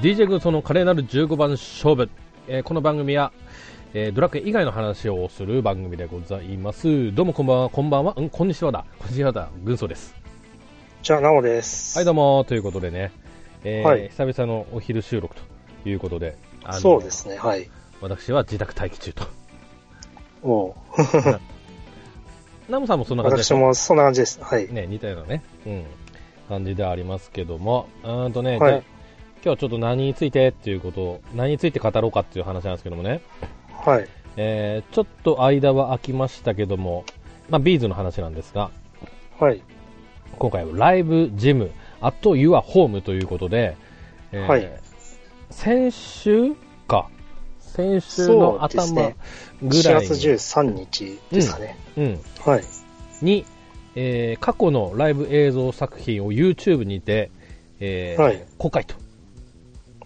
DJ 軍曹の華麗なる15番勝負、えーこの番組は、えードラクエ以外の話をする番組でございますどうもこんばんはこんばんはうんこんにちはだこんにちはだ軍曹ですじゃあ、なおです。はいどうもということでね、えーはい久々のお昼収録ということであのそうですね、はい。私は自宅待機中とおうナムさんもそんな感じでし私ょもそんな感じです。はい。ね、似たようなね、うん、感じではありますけども、うーんとね、はいじゃあ今日はちょっと何についてっていうことを、何について語ろうかっていう話なんですけどもね、はい。えーちょっと間は空きましたけども、まあ、ビーズの話なんですが、はい。今回はライブ、ジム、あと Your Home ということで、えーはい先週か、先週のそうです頭ねぐ4らいに月13日ですかね。うん、はい。に、えー過去のライブ映像作品を YouTube にて、えーはい公開と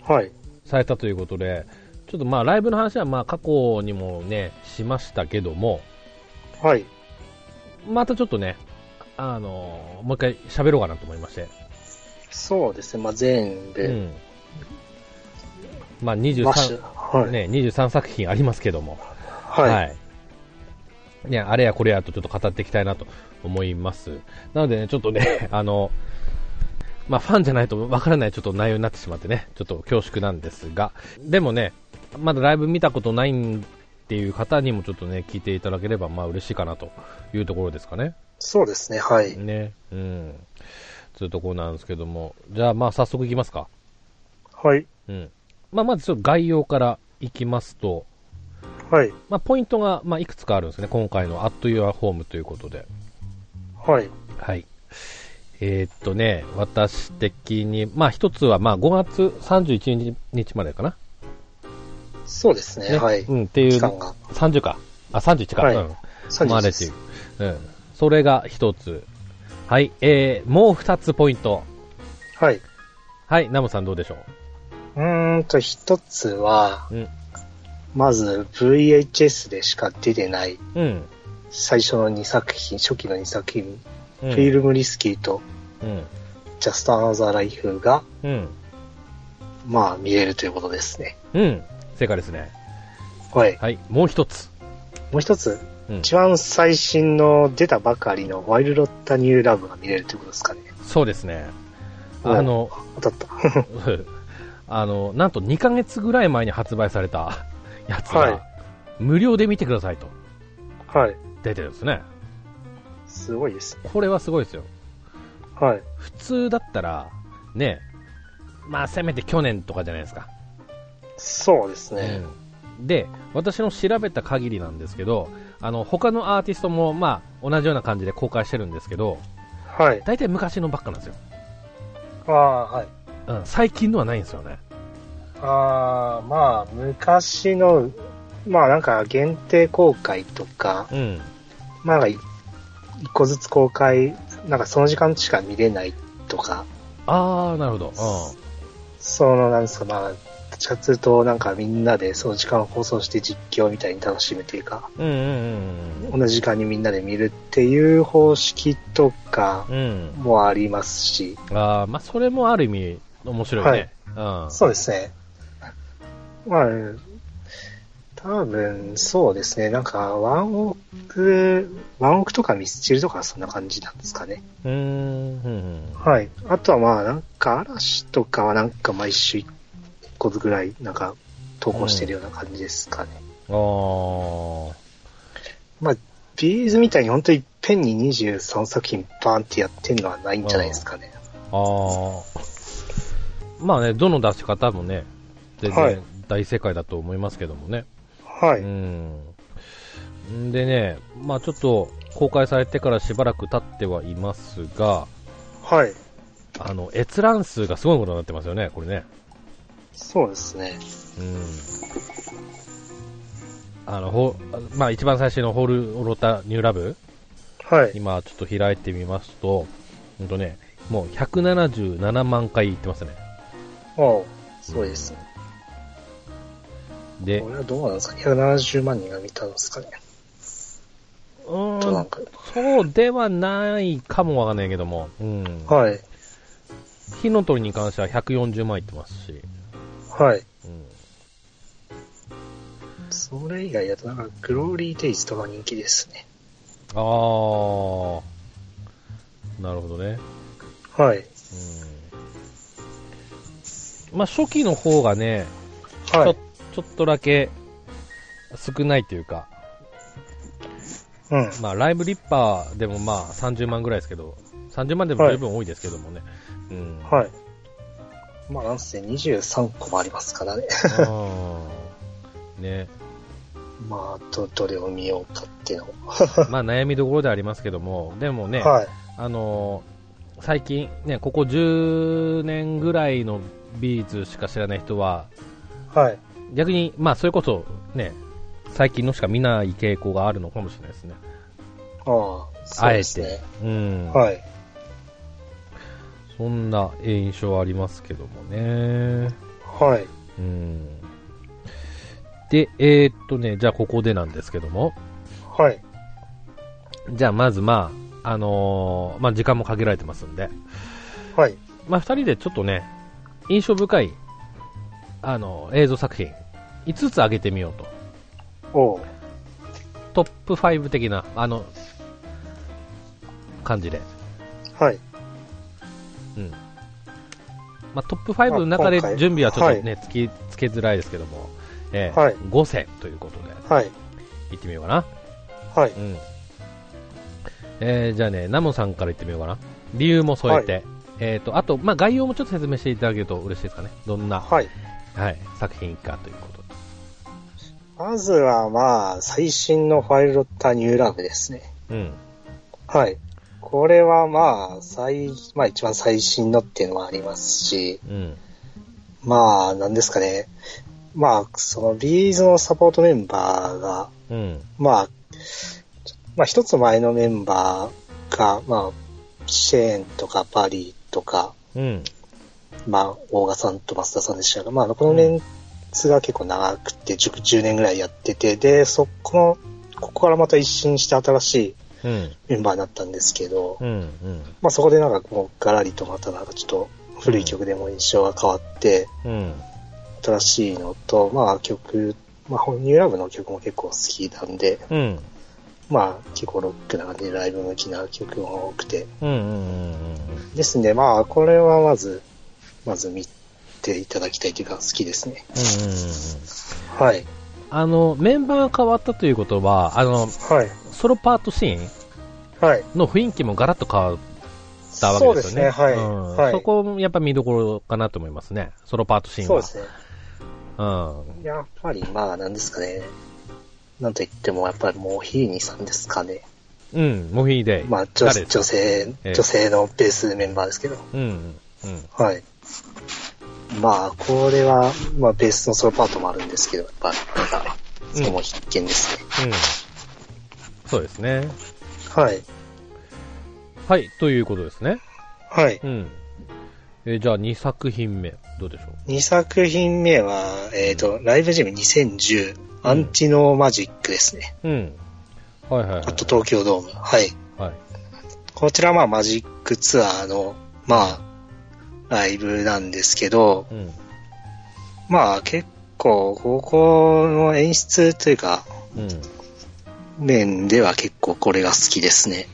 はい。されたということで、ちょっとまあライブの話はまあ過去にもね、しましたけども、はい。またちょっとね、あのーもう一回喋ろうかなと思いまして、そうですね、まあ、全う部、ん。まあマシュ23、はい。ね、23作品ありますけども、はい。ね、あれやこれやとちょっと語っていきたいなと思います。なのでね、ちょっとね、 あの、まあファンじゃないとわからないちょっと内容になってしまってね、ちょっと恐縮なんですが、でもね、まだライブ見たことないんっていう方にもちょっとね、聞いていただければまあ嬉しいかなというところですかね。そうですね、はい。ね、うん。そういうところなんですけども、じゃあまあ早速いきますか。はい。うん。まあまずちょっと概要からいきますと、はい。まあポイントがまあいくつかあるんですね、今回の At Your Home ということで。はい。はい。えーっとね、私的に、まあ一つは、まあ5月31日までかな。そうですね、ねはい。うん、っていう、期間が30か。あ、31か。はいうん。まで30でっていすう。。うん。それが一つ。はい。えー、もう二つポイント。はい。うはい、ナムさんどうでしょーんと、一つは、ううん。まず VHS でしか出てないうん。最初の2作品、初期の2作品、うん。フィルムリスキーとうん。ジャストアナザーライフが、うん。まあ、見れるということですね。うん。正解ですね。はい。はい。もう一つ。もう一つ、うん。一番最新の出たばかりのワイルドタニューラブが見れるということですかね。そうですね。あの、 当たった。あの、なんと2ヶ月ぐらい前に発売され たやつが、はい無料で見てくださいとはい。出てるんですね。すごいですね。これはすごいですよ。はい。普通だったら、ね、まあせめて去年とかじゃないですか。そうですね。うんで、私の調べた限りなんですけど、あの、他のアーティストも、まあ、同じような感じで公開してるんですけど、はい。大体昔のばっかなんですよ。ああ、はい。うん、最近のはないんですよね。ああ、まあ、昔の、まあなんか限定公開とか、うん。まあなんかい一個ずつ公開、なんかその時間しか見れないとか、あー、なるほど。その、なんですか、まあ、どっちかというと、なんかみんなでその時間を放送して実況みたいに楽しむというか、うん。うんうん同じ時間にみんなで見るっていう方式とかうんうん。うん。もありますし、あーまあ、それもある意味面白いね。うん。そうですね。まあ、多分そうですね、なんかワンオク、ワンオクとかミスチルとかそんな感じなんですかね。うーん。うんはい。あとはまあ、なんか嵐とかはなんか毎週1個ずつぐらい、なんか投稿してるような感じですかね。あーまあ、ビーズみたいに本当にいっぺんに23作品バーンってやってんのはないんじゃないですかね。あー。まあね、どの出し方もね、全はい然大正解だと思いますけどもね。はうい。ん。んでね、まあちょっと公開されてからしばらく経ってはいますが、はい。あの、閲覧数がすごいことになってますよね、これね。そうですね。うん。あの、ほまあ一番最初のホールロタニューラブはい。今ちょっと開いてみますと、ほんとね、もう177万回行ってますね。おうすごいですね。でこ、れはどうなんですか ?170 万人が見たんですかね。うーとなんん、か。そうではないかもわかんないけども、うん。はい。火の鳥に関しては140万いってますし、はい。うん。それ以外だと、なんか、グローリーテイストが人気ですね。あー。なるほどね。はい。うん。まあ、初期の方がね、はい。ちょっとだけ少ないというか、うん。まあ、ライブリッパーでもまあ30万ぐらいですけど、30万でも十分多いですけどもね。うん。はい。まあ、なんせ23個もありますからね。 うんね。まあ、ど、どれを見ようかっていうのも。まあ、悩みどころではありますけども、でもね、はい。あのー最近、ね、ここ10年ぐらいのビーズしか知らない人は、はい。逆に、まあ、それこそ、ね、最近のしか見ない傾向があるのかもしれないですね。ああ、そうですね。うん。はい。そんなえー印象はありますけどもね。はい。うん。で、えーっとね、じゃあここでなんですけども、はい。じゃあまずまあ、あのーまあ時間も限られてますんで、はい。まあ二人でちょっとね、印象深い、あの映像作品、5つ上げてみようと。おう。トップ5的な、あの、感じで。はい。うん。まあ、トップ5の中でまあ今回準備はちょっとね、つき、つけづらいですけども、ええはい5選ということで、はい。いってみようかな。はい。うん。えー、じゃあね、ナモさんから言ってみようかな。理由も添えて。えっ、と、あと、まあ、概要もちょっと説明していただけると嬉しいですかね。どんな、ははい。い、作品かということで。まずは、まあ、最新のファイルドッタニューラブですね。うん。はい。これはまあ、最、まあ一番最新のっていうのもありますし、うん。まあ、なんですかね。まあ、そのビーズのサポートメンバーが、うん。まあ、ちょまあ一つ前のメンバーが、まあ、シェーンとかバリーとか、うん。まあ、大賀さんと増田さんでしたが、まあ、このメンツが結構長くて10、10年ぐらいやってて、で、そこの、ここからまた一新して新しいうん。メンバーになったんですけど、うん。うん。まあそこでなんかこう、ガラリとまたなんかちょっと古い曲でも印象が変わって、うん。新しいのと、まあ曲、まあニューラブの曲も結構好きなんで、うん。まあ結構ロックな感じでライブ向きな曲も多くて。うん。うん。ですんで、まあこれはまず、まず見ていただきたいというか好きですね。はい。あの、メンバーが変わったということは、あの、はい。ソロパートシーンはい。の雰囲気もガラッと変わったわそけうでですすよね。ね。はい。うんはい、そこもやっぱ見どころかなと思いますね。ソロパートシーンそうは。ですね。うん。やっぱりまあなんですかね。なんと言ってもやっぱりモヒーニさんですかね。うん、モヒーデイ。まあ女誰ですか女性、ええ女性のベースメンバーですけど。うん、うん。うんはい。まあ、これは、まあ、ベースのソロパートもあるんですけど、やっぱ、なんか、そこも必見ですね。そうですね。はい。はい、ということですね。はい。うん。えーじゃあ2作品目、どうでしょ2作品目は、えっ、と、ライブジム2010、アンチノーマジックですね。う。うん。はいはいはい。あと、東京ドーム。はい。はい。こちら、まあ、マジックツアーの、まあ、ライブなんですけど、うん。まあ、結構、ここの演出というか、うん。面では結構これが好きですね。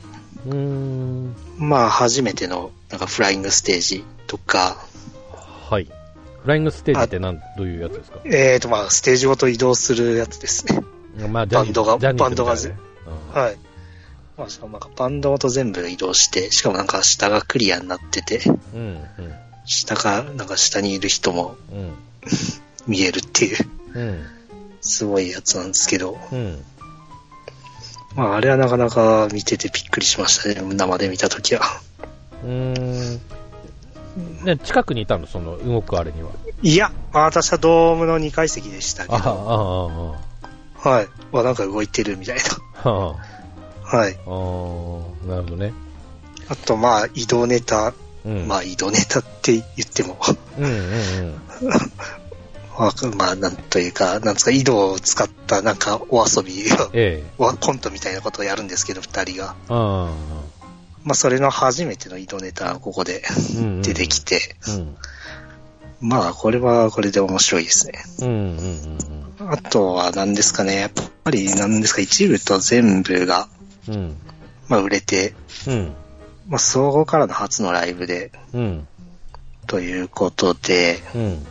うーん。まあ、初めての、なんか、フライングステージとか、はい。フライングステージってなんどういうやつですかえーと、まあ、ステージごと移動するやつですね。 まあ、ジャニーズバンドがジャニーズバンドがみたいなねはい。まあ、しかもなんか、バンドごと全部移動して、しかもなんか、下がクリアになってて、うん。うん。下か、なんか、下にいる人もうん。見えるっていう、うん。すごいやつなんですけど、うん。まあ、あれはなかなか見ててびっくりしましたね、生で見たときは。うん。うーん。ね、近くにいたのその動くあれには。いや、まあ、私はドームの2階席でしたけああ、あど、あ、あはい。まあ、なんか動いてるみたいあ、ああ。な。はい。あーなるほどね。あと、まあ、移動ネタ、うん。まあ、移動ネタって言っても、うんうんわかまあ、なんというか、なんですか、井戸を使った、なんか、お遊び、ええ。わコントみたいなことをやるんですけど、二人が。あまあ、それの初めての井戸ネタがここであ。出てきて、うん。まあ、これはこれで面白いですね。うんうんうんうんあとは何ですかね。やっぱり何ですか、一部と全部が、うんまあ、売れて、うんまあ、総合からの初のライブで、うんということで、うん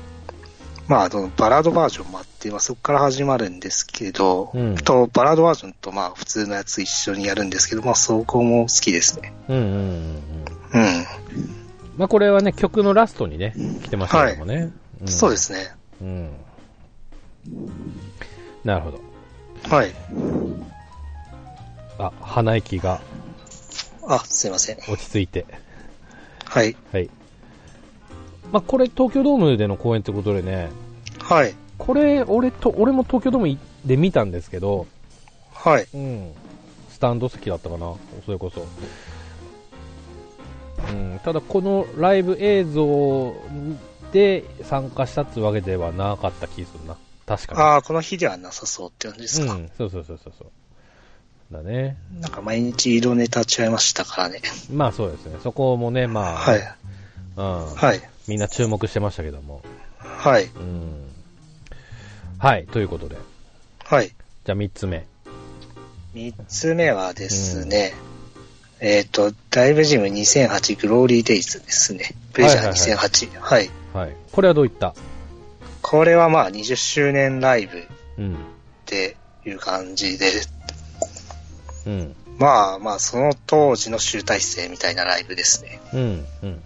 まあ、あの、バラードバージョンもあって、まあ、そこから始まるんですけど、うんと、バラードバージョンと、まあ、普通のやつ一緒にやるんですけど、まあ、そこも好きですね。うんうんうんうん。まあこれはね曲のラストにね来てましたけどもね、んそうですね。うんなるほどはい。あ鼻息があ、すいません。落ち着いてはい。はいまあこれ東京ドームでの公演ってことでねはい。これ俺と俺も東京ドームで見たんですけど、はい。うん、スタンド席だったかなそれこそ、うん、ただこのライブ映像で参加したってわけではなかった気するな確かああ、この日ではなさそうって感じですにか。うんそうそうそうそうそうだねなんか毎日色ネタ違いましたからね。まあそうですねそこもねまあ、はい。うんはい。みんな注目してましたけども、はい。うん、はいということではい。じゃあ3つ目三つ目はですね、えっ、と、ダイブジム2008グローリーデイズですね。プレジャー2008。はいはいこれはどういったこれはまあ20周年ライブっうんていう感じで、うんまあまあその当時の集大成みたいなライブですね。うんうん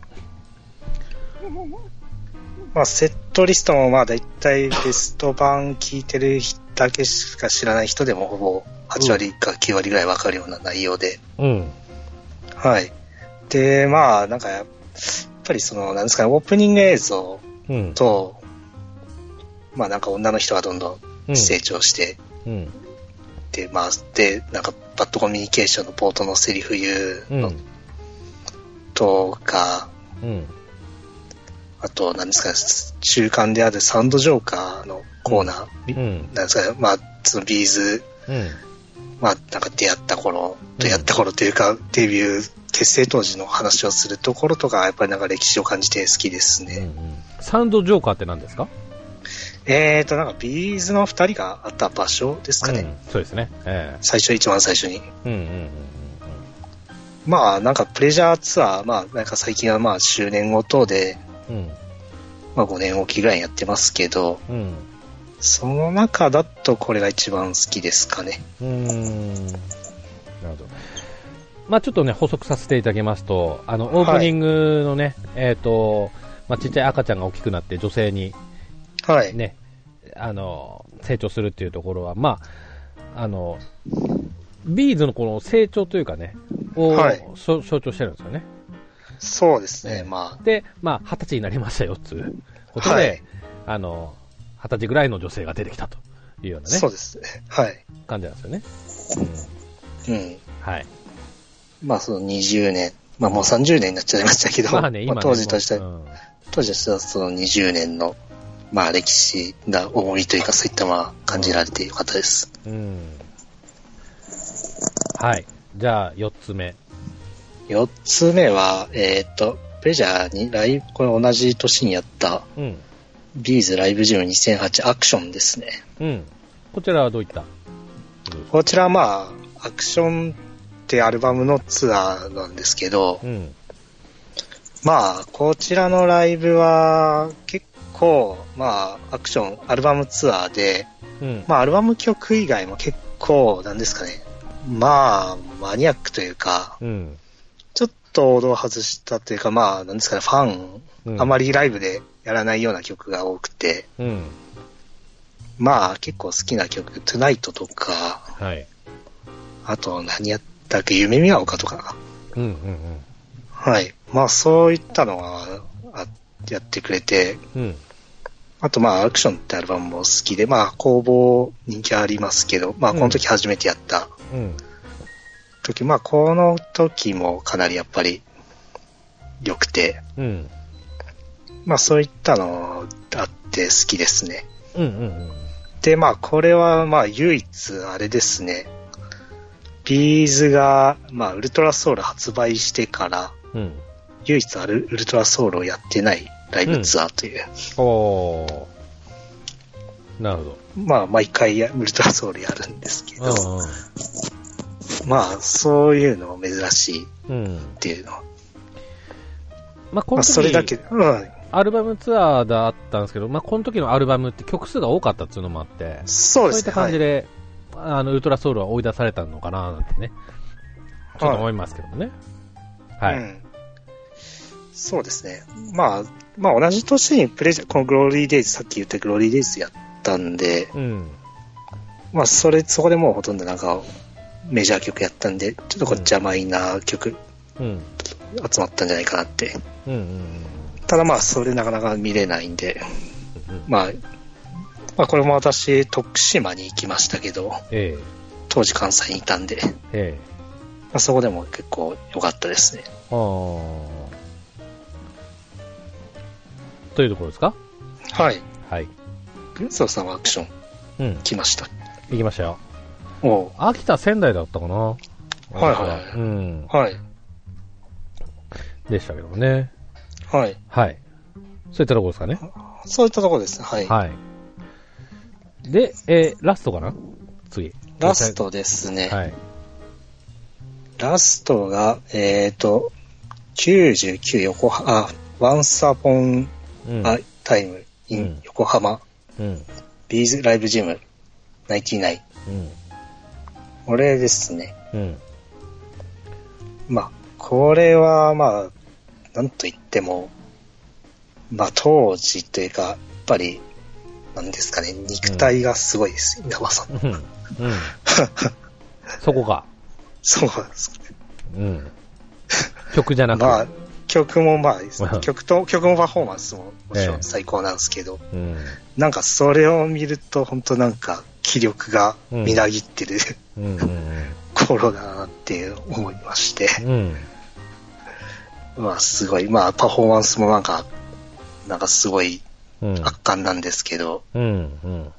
まあセットリストもまあ大体ベスト版聞いてる人だけしか知らない人でもほぼ8割か9割ぐらいわかるような内容で、うんはい。で、まあ、なんかやっぱりその、なんですかね、オープニング映像うんと、まあなんか女の人がどんどん成長して、うんで、まあ、で、なんかバッドコミュニケーションの冒頭のセリフ言ううんのとか、うんあと、なんですかね、中間であるサウンドジョーカーのコーナー、うんなんですかね、まあ、そのビーズ、うんまあなんか出会った頃、出会った頃というか、デビュー、結成当時の話をするところとか、やっぱりなんか歴史を感じて好きですね。サウンドジョーカーって何ですかえーと、なんか、ビーズの二人があった場所ですかね。うんそうですね。え最初、一番最初に。えうんうんうんまあ、なんか、プレジャーツアー、まあ、なんか最近はまあ、周年ごとで、うんまあ、5年おきぐらいにやってますけど、うんその中だとこれが一番好きですかね。うんうーんなるほど。まあちょっとね、補足させていただきますと、あの、オープニングのね、えっと、まあちっちゃい赤ちゃんが大きくなって女性にはい。ね、あの、成長するっていうところは、まああの、ビーズのこの成長というかね、をはい象象徴してるんですよね。そうですええね、まで、まあ、二十歳になりましたよ、つうことで、はいあの、二十歳ぐらいの女性が出てきたというようあ、なねそう、ですね。はい。感じなんですよね。うん。うん、はい。まあ、その20年、まあ、もう30年になっちゃいましたけど、まあね、今ね、当時としては、もう当時としてはその20年の、まあ、歴史が重みというか、そういったまあ、感じられてよかったです。うん。うんはい。じゃあ、四つ目。四つ目は、えーっと、プレジャーにライブ、これ同じ年にやった、うん。ビーズライブジム2008アクションですね。うん。こちらはどういったこちらはまあ、アクションってアルバムのツアーなんですけどう、ん。まあ、こちらのライブは、結構、まあ、アクション、アルバムツアーで、うん。まあ、アルバム曲以外も結構、なんですかね、まあ、マニアックというか、うん。ちょっと王道を外したというか、まあ、なんですかね、ファンうんあまりライブでやらないような曲が多くて、うん。まあ結構好きな曲、トゥナイトとか、はい。あと何やったっけ、夢見が丘とか。うんうんはい。まあそういったのがあやってくれて、うん。うん。あとまあアクションってアルバムも好きで、まあ工房人気ありますけど、まあこの時初めてやったうん。時、まあこの時もかなりやっぱり良くて、うん。まあそういったのあって好きですね。うんうんで、まあ、これは、まあ、唯一、あれですね。ビーズが、まあ、ウルトラソウル発売してから、うん。うん。唯一あるウルトラソウルをやってないライブツアーという。おー。なるほど。まあ、毎回やウルトラソウルやるんですけど、うまあ、そういうのも珍しいんっうん。うん。ていうのは。まあ、こまのあ、それだけ、時、うん、アルバムツアーだったんですけど、まあ、この時のアルバムって曲数が多かったっていうのもあって、そそううでいすっね。た感じはいで、あの、ウルトラソウルは追い出されたのかななんてね、ちょっと思いますけどもね。はい。うんそうですね。まあ、まあ同じ年にプレジャー、このグローリーデイズ、さっき言ったグローリーデイズやったんで、うん。まあそれ、そこでもうほとんどなんかメジャー曲やったんで、ちょっとこっちはマイナー曲うん。集まったんじゃないかなって。うん。うん。ただまあそれなかなか見れないんで、うんまあ、まあこれも私、徳島に行きましたけど、え当時関西にいたんで、まえ。ええ。あそこでも結構良かったですね。ああ。というところですかはい。はい。軍曹さんはアクションうん。来ました。行きましたよ。おう秋田、仙台だったかなはいはいはういん。はい。でしたけどもね。はい。はい。そういったところですかね。そういったところですね。はい。はい。で、えー、ラストかな次。ラス。トですね。はい。ラストが、えっ、と、99横浜、あ、ワンサポンうん。あタイムイうンん横浜、うん。ビーズライブジム、ナイティナイ。うん。これですね。うん。まあ、これは、まあ、なんと言っても、まあ、当時というか、やっぱり、なんですかね、肉体がすごいです、稲葉さん。 うん。うん。そこか。そうなんですかね。うん。曲じゃなくて。まあ、曲もまうあ、ん曲と、曲もパフォーマンスももちろええん最高なんですけど、うん。なんかそれを見ると、本当なんか気力がみなぎってる、 うん。うん。頃だなって思いまして、うん。まあすごい、まあパフォーマンスもなんか、なんかすごいうん。圧巻なんですけど、うん。うん。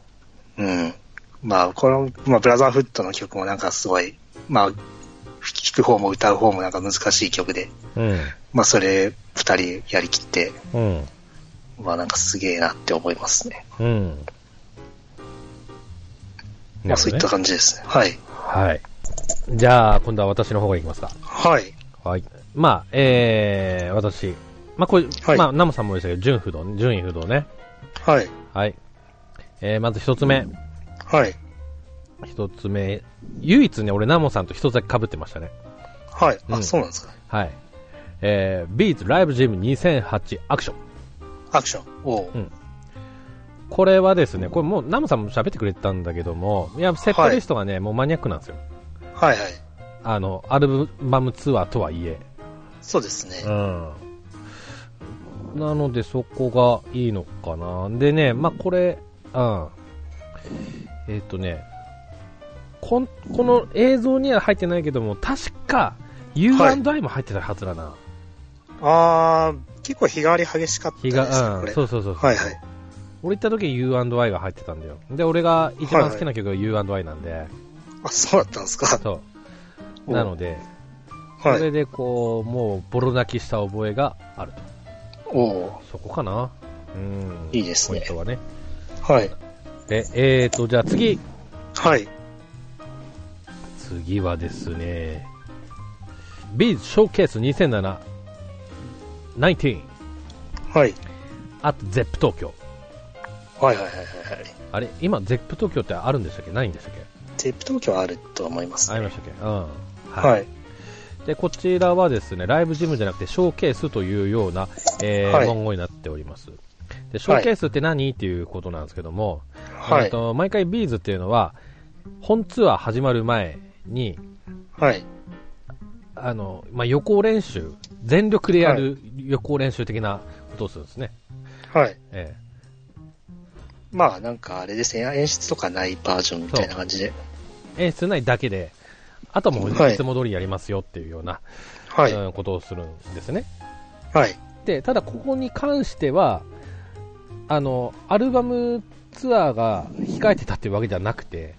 うん。まあこの、まあブラザーフットの曲もなんかすごい、まあ、聴く方も歌う方もなんか難しい曲で、うん。まあそれ二人やりきって、うん。まあなんかすげえなって思いますね。うん。まあそういった感じですね。はい。はい。じゃあ、今度は私の方がいきますか。はい。はい。まあ、えー、私。まあ、これ、はいまあ、ナムさんも言いましたけど、純不動、純位不動ね。はい。はい。えー、まず一つ目。はい。一つ目。唯一ね、俺、ナモさんと一つだけ被ってましたね。はい。あ、うんそうなんですか。はい。えー、ビーツライブジム2008アクション。アクション。おう。これはですね、これもう、ナムさんも喋ってくれてたんだけども、いや、セットリストがね、もうマニアックなんですよ。はいはい。あの、アルバムツアーとはいえ。そうですね。うん、なのでそこがいいのかな。でね、まあ、これ、うん。えっ、とね、こん、この映像には入ってないけども、確か U&I も入ってたはずだな。あー、結構日替わり激しかった日ですね、が、こうん、れ。そうそうそう。はいはい。俺行った時 U&I が入ってたんだよ。で、俺が一番好きな曲が U&I なんで、あ、そうだったんですか。そう。なので、はそれい。でこう、もうボロ泣きした覚えがあると。おおそこかな。うん。いいですねポイントはね。ーはい。で、えーと、じゃあ次。はい。次はですね、ビーズショーケース2007、19、はい。あとゼップ東京。はいはいはいはいはい。あれ今、ゼップ東京ってあるんでしたっけないんでしたっけテープ東京あると思いますあね。りましたっけうん。は。はいい。で、こちらはですね、ライブジムじゃなくて、ショーケースというような、えーはい文言になっております。で、ショーケースって何、っていうことなんですけども、はえーい。と毎回ビーズっていうのは、本ツアー始まる前に、はい。あの、まあ、予行練習、全力でやる予行練習的なことをするんですね。はい。えまあなんかあれですね。演出とかないバージョンみたいな感じで。え、演出ないだけで、あとはもうはいいつも通りやりますよっていうような、はい。うんことをするんですね。はい。で、ただここに関しては、あの、アルバムツアーが控えてたっていうわけじゃなくて、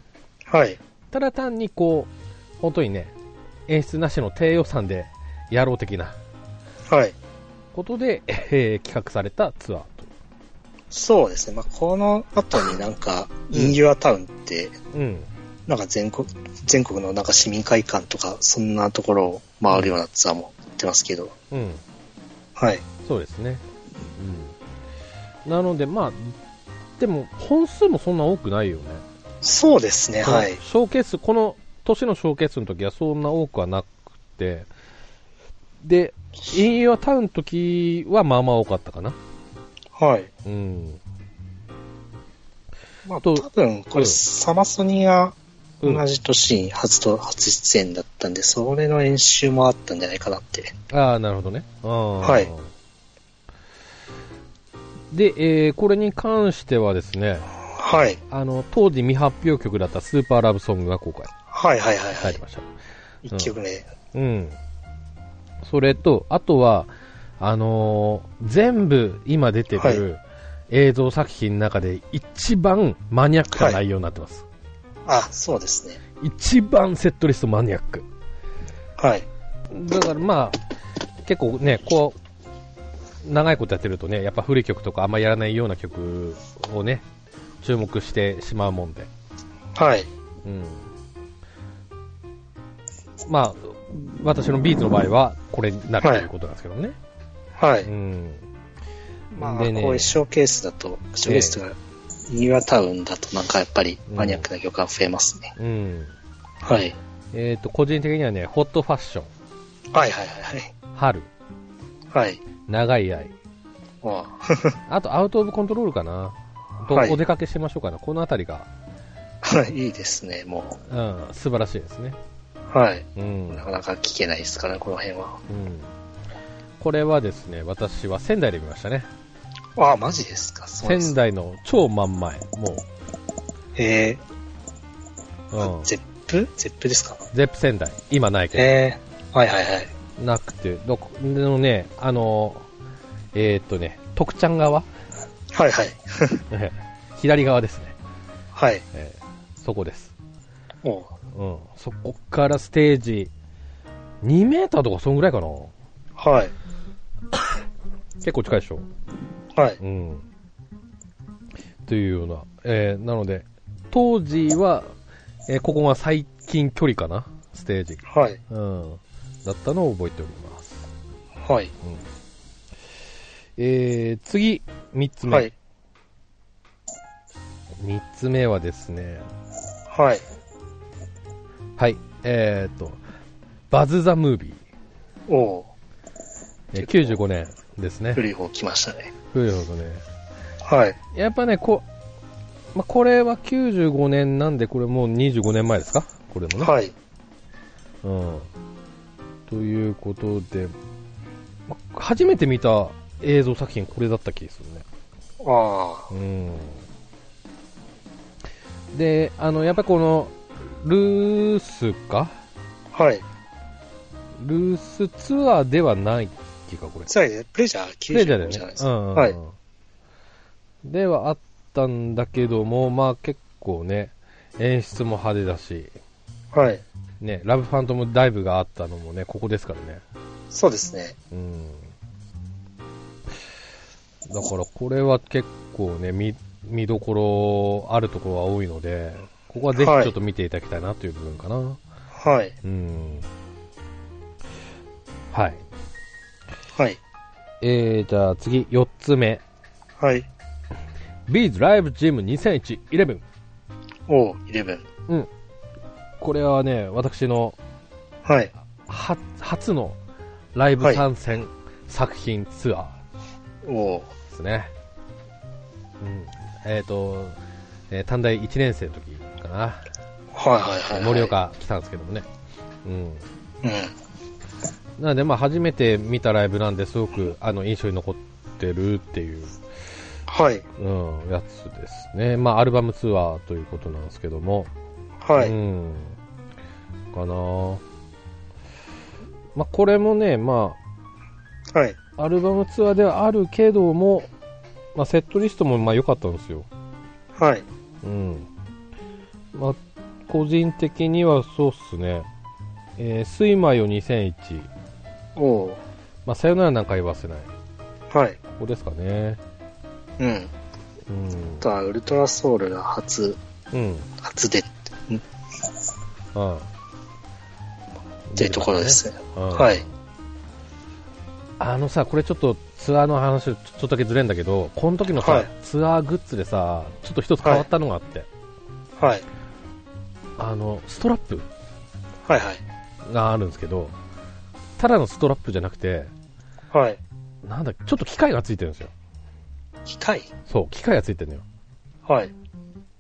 はい。ただ単にこう、本当にね、演出なしの低予算でやろう的な、はい。ことで、えー企画されたツアーと。そうですね。まあ、この後になんか、インギュアタウンって、うん。なんか全国、全国のなんか市民会館とか、そんなところを回るようなツアーもやってますけど、うん。はい。そうですね。うん。なので、まあ、でも、本数もそんな多くないよね。そうですね、はそいの。ショーケース、この年のショーケースの時はそんな多くはなくて、で、インユアタウンの時はまあまあ多かったかな。はい。うん。まあ、と多分、こうんれ、サマソニア、うん同じ年に初と、初出演だったんで、それの演習もあったんじゃないかなって。ああ、なるほどね。ああはい。で、えーこれに関してはですね、はい。あの、当時未発表曲だったスーパーラブソングが公開はいはいはいはされい。ました。一曲目。うん。それと、あとは、あのー全部今出てはいる映像作品の中で一番マニアックな内容になってます。あ、そうですね。一番セットリストマニアック。はい。だからまあ、結構ね、こう、長いことやってるとね、やっぱ古い曲とかあんまやらないような曲をね、注目してしまうもんで。はい。うん。まあ、私のビーズの場合はこれになるということなんですけどね。はうい。ん。まあ、でねこういうショーケースだと、ショーケースとか、ニューアタウンだとなんかやっぱりマニアックな曲が増えますね。うん。はい。えっ、と、個人的にはね、ホットファッション、はいはいはい春、はい。はい。長い愛、おうあとアウトオブコントロールかな。と、はいお出かけしましょうかな。この辺りが、 はいいいですね、もうん、素晴らしいですね。う。はい。うん。うなかなか聞けないですから、この辺は。ん。これはですね、私は仙台で見ましたね。あ、マジですか。そうです仙台の超真ん前、もえう、ーうん、ゼップゼップですかゼップ仙台、今ないけど、えー、はいはいはい。なくて、どこ、でのね、あの、えーっとね、徳ちゃん側、 はいはい。左側ですね、はい。えーそこです。おううん、そこからステージ、2メーターとかそんぐらいかなはい。結構近いでしょはい。うん。というような、えーなので、当時は、えーここが最近距離かなステージ。はい。うん。だったのを覚えております。はい。えー、次、3つ目。はい。 3つ目はですね、はい。はい、えーと、バズ・ザ・ムービーおう。えー。95年ですね。古い方来ましたね。古いほどね。はい。やっぱね、こ,、まあ、これは95年なんで、これもう25年前ですかこれもね。はい。うん。ということで、まあ初めて見た映像作品これだった気でするね。あうん。で、あの、やっぱりこの、ルースかあ。はい。ルースツアーではないっけか、これ。つまり、プレジャープレジャーだ90よじゃないねで。すうか。んうんうんはいではあったんだけども、まあ結構ね、演出も派手だし、はい。ね、ラブファントムダイブがあったのもね、ここですからね。そうですね。うん。だからこれは結構ね、見、見どころあるところは多いので、ここはぜひちょはいっと見ていただきたいなという部分かな。はい。うん。はい。はい。えー、じゃあ次、4つ目。はい。ビーズライブジム2001、11。おう、11。これはね、私のはい。は初のライブ参戦作品ツアーおう。ですね。うん。えっ、と、えー短大1年生の時かな。はいはいはい、はい。盛岡来たんですけどもね。うん。うん。なので、まあ、初めて見たライブなんですごく、あの、印象に残ってるっていう、はい。うん、やつですね。まあ、アルバムツアーということなんですけども。はい。うん。かなまあ、これもね、まはい。あ、アルバムツアーではあるけども、まあ、セットリストも、まあ、良かったんですよ。はい。うん。まあ、個人的にはそうっすね。えー、睡魔よ2001。おう。まあ、さよならなんか言わせない。はい。ここですかね。うん。うんあ。とは、ウルトラソウルが初、うん。初で、んっああ。ていうところですね。うん。はい。あのさ、これちょっとツアーの話、ちょちょっとだけずれんだけど、この時のさ、はいツアーグッズでさ、ちょっと一つ変わったのがあって、はい。あの、ストラップはいはい。があるんですけど、ただのストラップじゃなくて、はい。なんだっけちょっと機械がついてるんですよ。機械そう、機械がついてるのよ。はい。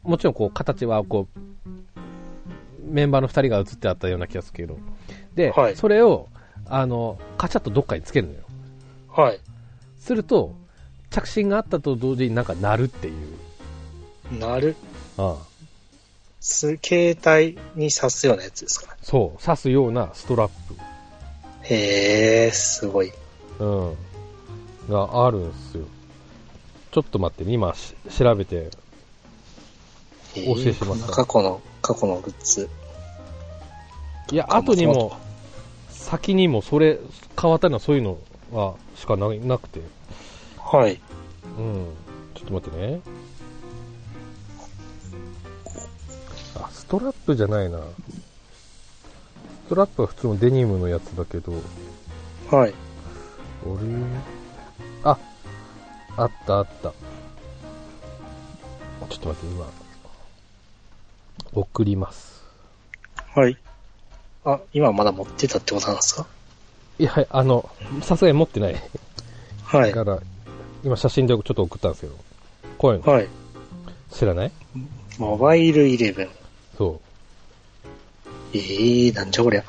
もちろんこう、形はこう、メンバーの2人が写ってあったような気がするけど、で、はいそれを、あの、カチャッとどっかにつけるのよ。はい。すると、着信があったと同時になんか鳴るっていう。なる。ああす、携帯に挿すようなやつですかね。そう、刺すようなストラッへえ、すごい。プ、うん、があるんですよ。ちょっと待ってね、今し調べて、えお教えしますか過去の、過去のグッズ。いや、後にも、先にも、それ、変わったのはそういうのはしかななくて、はい。うん、ちょっと待ってね。あ、ストラップじゃないな。ストラップは普通のデニムのやつだけど、はい。俺ああったあったちょっと待って今送りますはい。あ、今まだ持ってたってことなんですかいやはいあのさすがに持ってないはい。から今写真でちょっと送ったんですけどこういうのはい。知らないモバイルイレブン。そええなんじゃこり ゃ。う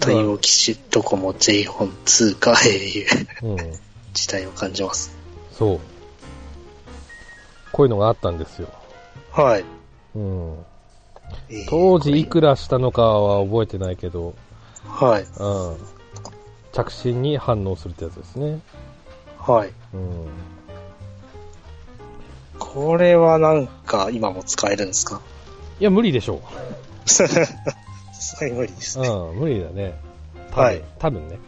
対応機種、ドコモ、J 本、通貨、う au。ん時代を感じます。そうこういうのがあったんですよ、はい。うん、ええ当時いくらしたのかは覚えてないけど、はい。うん、着信に反応するってやつですね、はい。うん、これはなんか、今も使えるんですかいや無理でしょうさすがに無理ですね。うん、無理だね。ははいい。多分ね。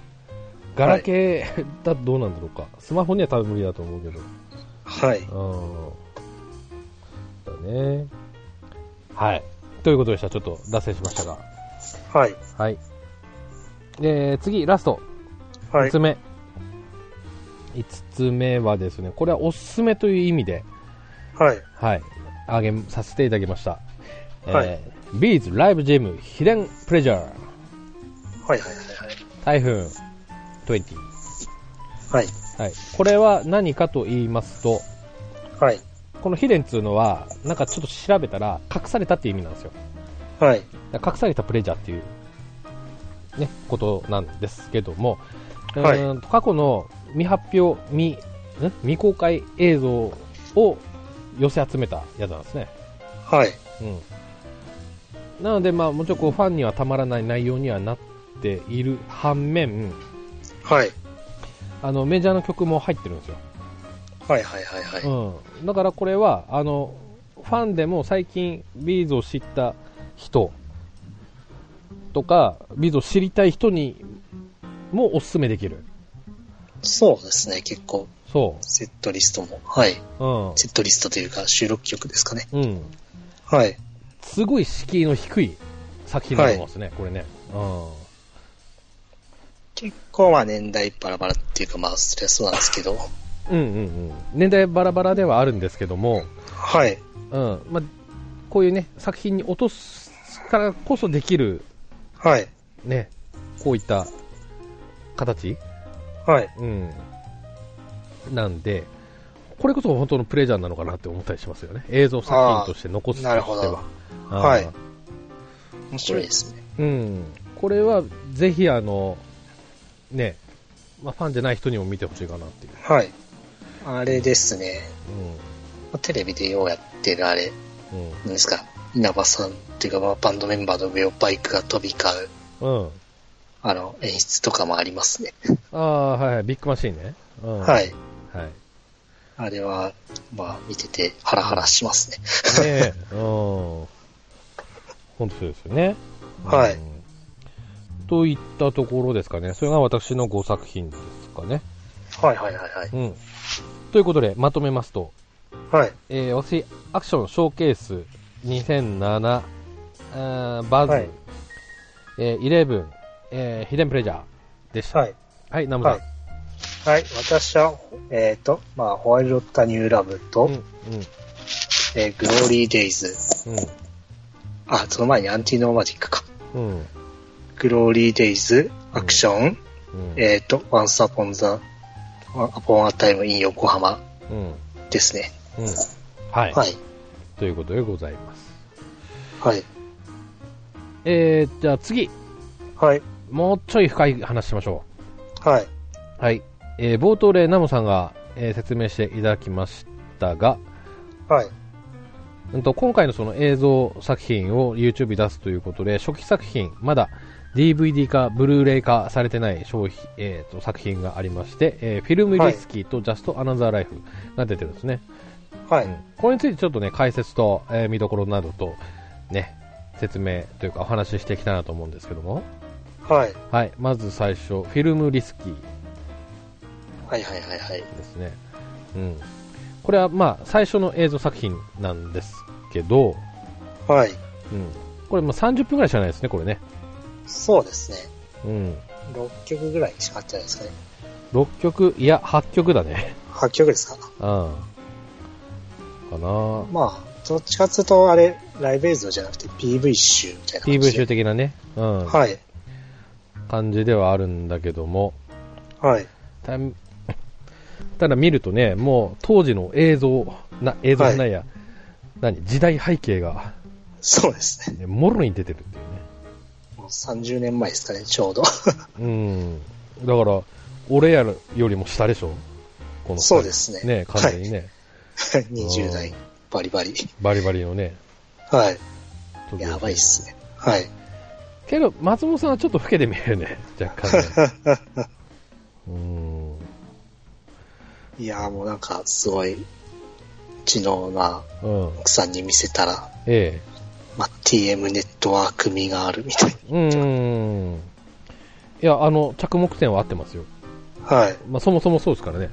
ガラケーだとどうなんだろうか。スマホには多分無理だと思うけど。はい。うん。だね。はい。ということでした。ちょっと脱線しましたが。はい。はい。で、次、ラスト。は5いつ。目。5つ目はですね、これはおすすめという意味で、はい。はい、あげさせていただきました。はいえービーズライブジェム秘伝プレジャーはいはいはいはい。台風20。はい。はい、これは何かと言いますと、はい。この秘伝っていうのは、なんかちょっと調べたら、隠されたっていう意味なんですよ。はい。だから隠されたプレジャーっていう、ね、ことなんですけども、はいうーんと過去の未発表、未、ん未公開映像を寄せ集めたやつなんですね。はい。うん。なので、まあ、もちろんこうファンにはたまらない内容にはなっている反面、はい。あの、メジャーの曲も入ってるんですよ。はいはいはいはい。うん、だからこれはあのファンでも最近ビーズを知った人とかビーズを知りたい人にもおすすめできるそうですね、結構、そセットリストも。はい。う、うんセットリストというか、収録曲ですかね。うん、はい。すごい敷居の低い作品だと思いますね、これね、う結構、まあ、年代バラバラっていうか、まあ、そりゃそうなんですけど。ん、うんうんうん年代バラバラではあるんですけども、はい。うんまあ、こういうね作品に落とすからこそできるはい。ねこういった形はい。うん、なんで、これこそ本当のプレジャーなのかなって思ったりしますよね、映像作品として残すとしては。なるほどあーはい面白いですね。うん、これはぜひあの、ねまあ、ファンじゃない人にも見てほしいかなっていう、はい。あれですね。テレビでようやってるあれ、うんうんなんですか、稲葉さんっていうか、まあ、バンドメンバーの上をバイクが飛び交う、うん、あの、演出とかもありますね。ああー、はいはい、ビッグマシーンね、うんは、い。はいねあれは、まあ、見てて、ハラハラしますね。えうん、本当そうですよね。はいうんといったところですかね、それが私の5作品ですかね。はいはいはいはい。うん。ということで、まとめますと、はい。えー私、アクションショーケース2007、あーバズ、はいえー11、えーヒデンプレジャーでした。は、はいい。ナムさん。はいはい。私は、えっ、と、まあ、ホワイルドッタニューラブと、うん、うん、えーグローリーデイズ。あ、その前にアンティノーマジックか。うん、うん、グローリーデイズ、アクション、うん、えっ、と、ワンスアポンザ、アポンアタイムイン横浜うん、うん。ですね。はい、はい。ということでございます。はい。えー、じゃあ次、はい。もうちょい深い話しましょはい。う。はい。えー冒頭でナムさんが、えー説明していただきましたが、はい。うんと今回のその映像作品を YouTube に出すということで、初期作品、まだ DVD 化、ブルーレイ化されてない商品、えーと作品がありまして、えーフィルムリスキーとジャストアナザーライフが出てるんですね。はうんい。これについてちょっとね、解説と、えー見どころなどと、ね、説明というかお話ししていきたいなと思うんですけども。はい。はい、まず最初、フィルムリスキーはいはいはいはい。ですね。うん。これはまあ、最初の映像作品なんですけど、はい。うん。これもう30分くらいしかないですね、これね。そうですね。うん。 6曲ぐらいしかあってないですかね。 6曲、いや、8曲だね。 8曲ですかうん。かなまあ、どっちかっていうと、あれ、ライブ映像じゃなくて PV 集みたいな感 PV じ集で。的なね、うん。はい。感じではあるんだけども、はい。た ただ見るとね、もう当時の映像、な、映像じゃないや、何、時代背景が、そうですね。ね、もろに出てるっていうね。もう30年前ですかね、ちょうど。 うん。だから、俺らよりも下でしょこの二人そうですね。ね、完全にね、はい。20代、バリバリ。バリバリのね。はい。時々やばいっすね。はい。けど、松本さんはちょっと老けて見える ね、若干、ね。うーん。いやーもうなんか、すごい、知能なうん。奥さんに見せたら、ええ。まあ、TM ネットワーク味があるみたいうーん。いや、あの、着目点は合ってますよ。な。はい。まあ、そもそもそうですからね。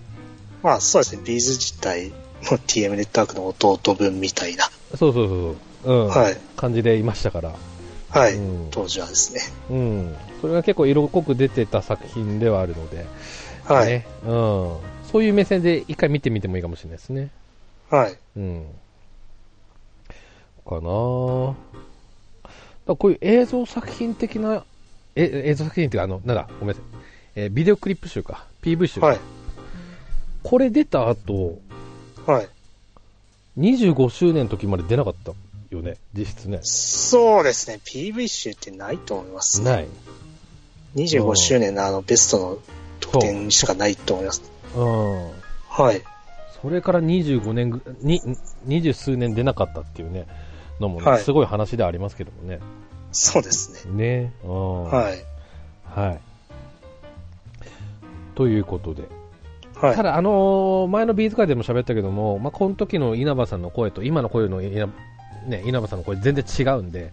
まあ、そうですね。ビーズ自体も TM ネットワークの弟分みたいな。そうそうそうそう。うん。はい。感じでいましたから。はい。うん当時はですね。うん。それが結構色濃く出てた作品ではあるので。はい。ね。うん。そういう目線で一回見てみてもいいかもしれないですね。はい。うん。かなぁ。だからこういう映像作品的な、え映像作品っていうか、あの、なんだ、ごめんなさい。えービデオクリップ集か。PV 集か。はい。これ出た後、はい。 25周年の時まで出なかったよね。実質ね。そうですね。PV 集ってないと思いますね。ない。 25周年のあの、ベストの特典しかないと思います。うん。はい。それから25年ぐ、に、二十数年出なかったっていうね、のもね、はいすごい話ではありますけどもね。そうですね。ね。うん。はい。はい。ということで。はいた。だ、あのー前のビーズ会でも喋ったけども、まあ、この時の稲葉さんの声と今の声の稲,、ね、稲葉さんの声全然違うんで、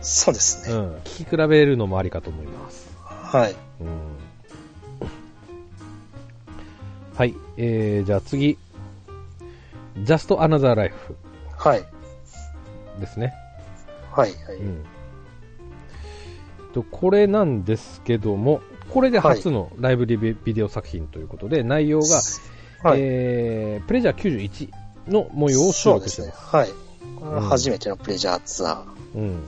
そうですうね。ん、聞き比べるのもありかと思います。はい。うん、はい、えー、じゃあ次。Just Another Life はい。ですね。はい。はい。うん。と、これなんですけども、これで初のライブリビビデオ作品ということで、内容が、はい。えープレジャー91の模様を収そう録でしてすまね。す。はい。これはうん初めてのプレジャーツアうん、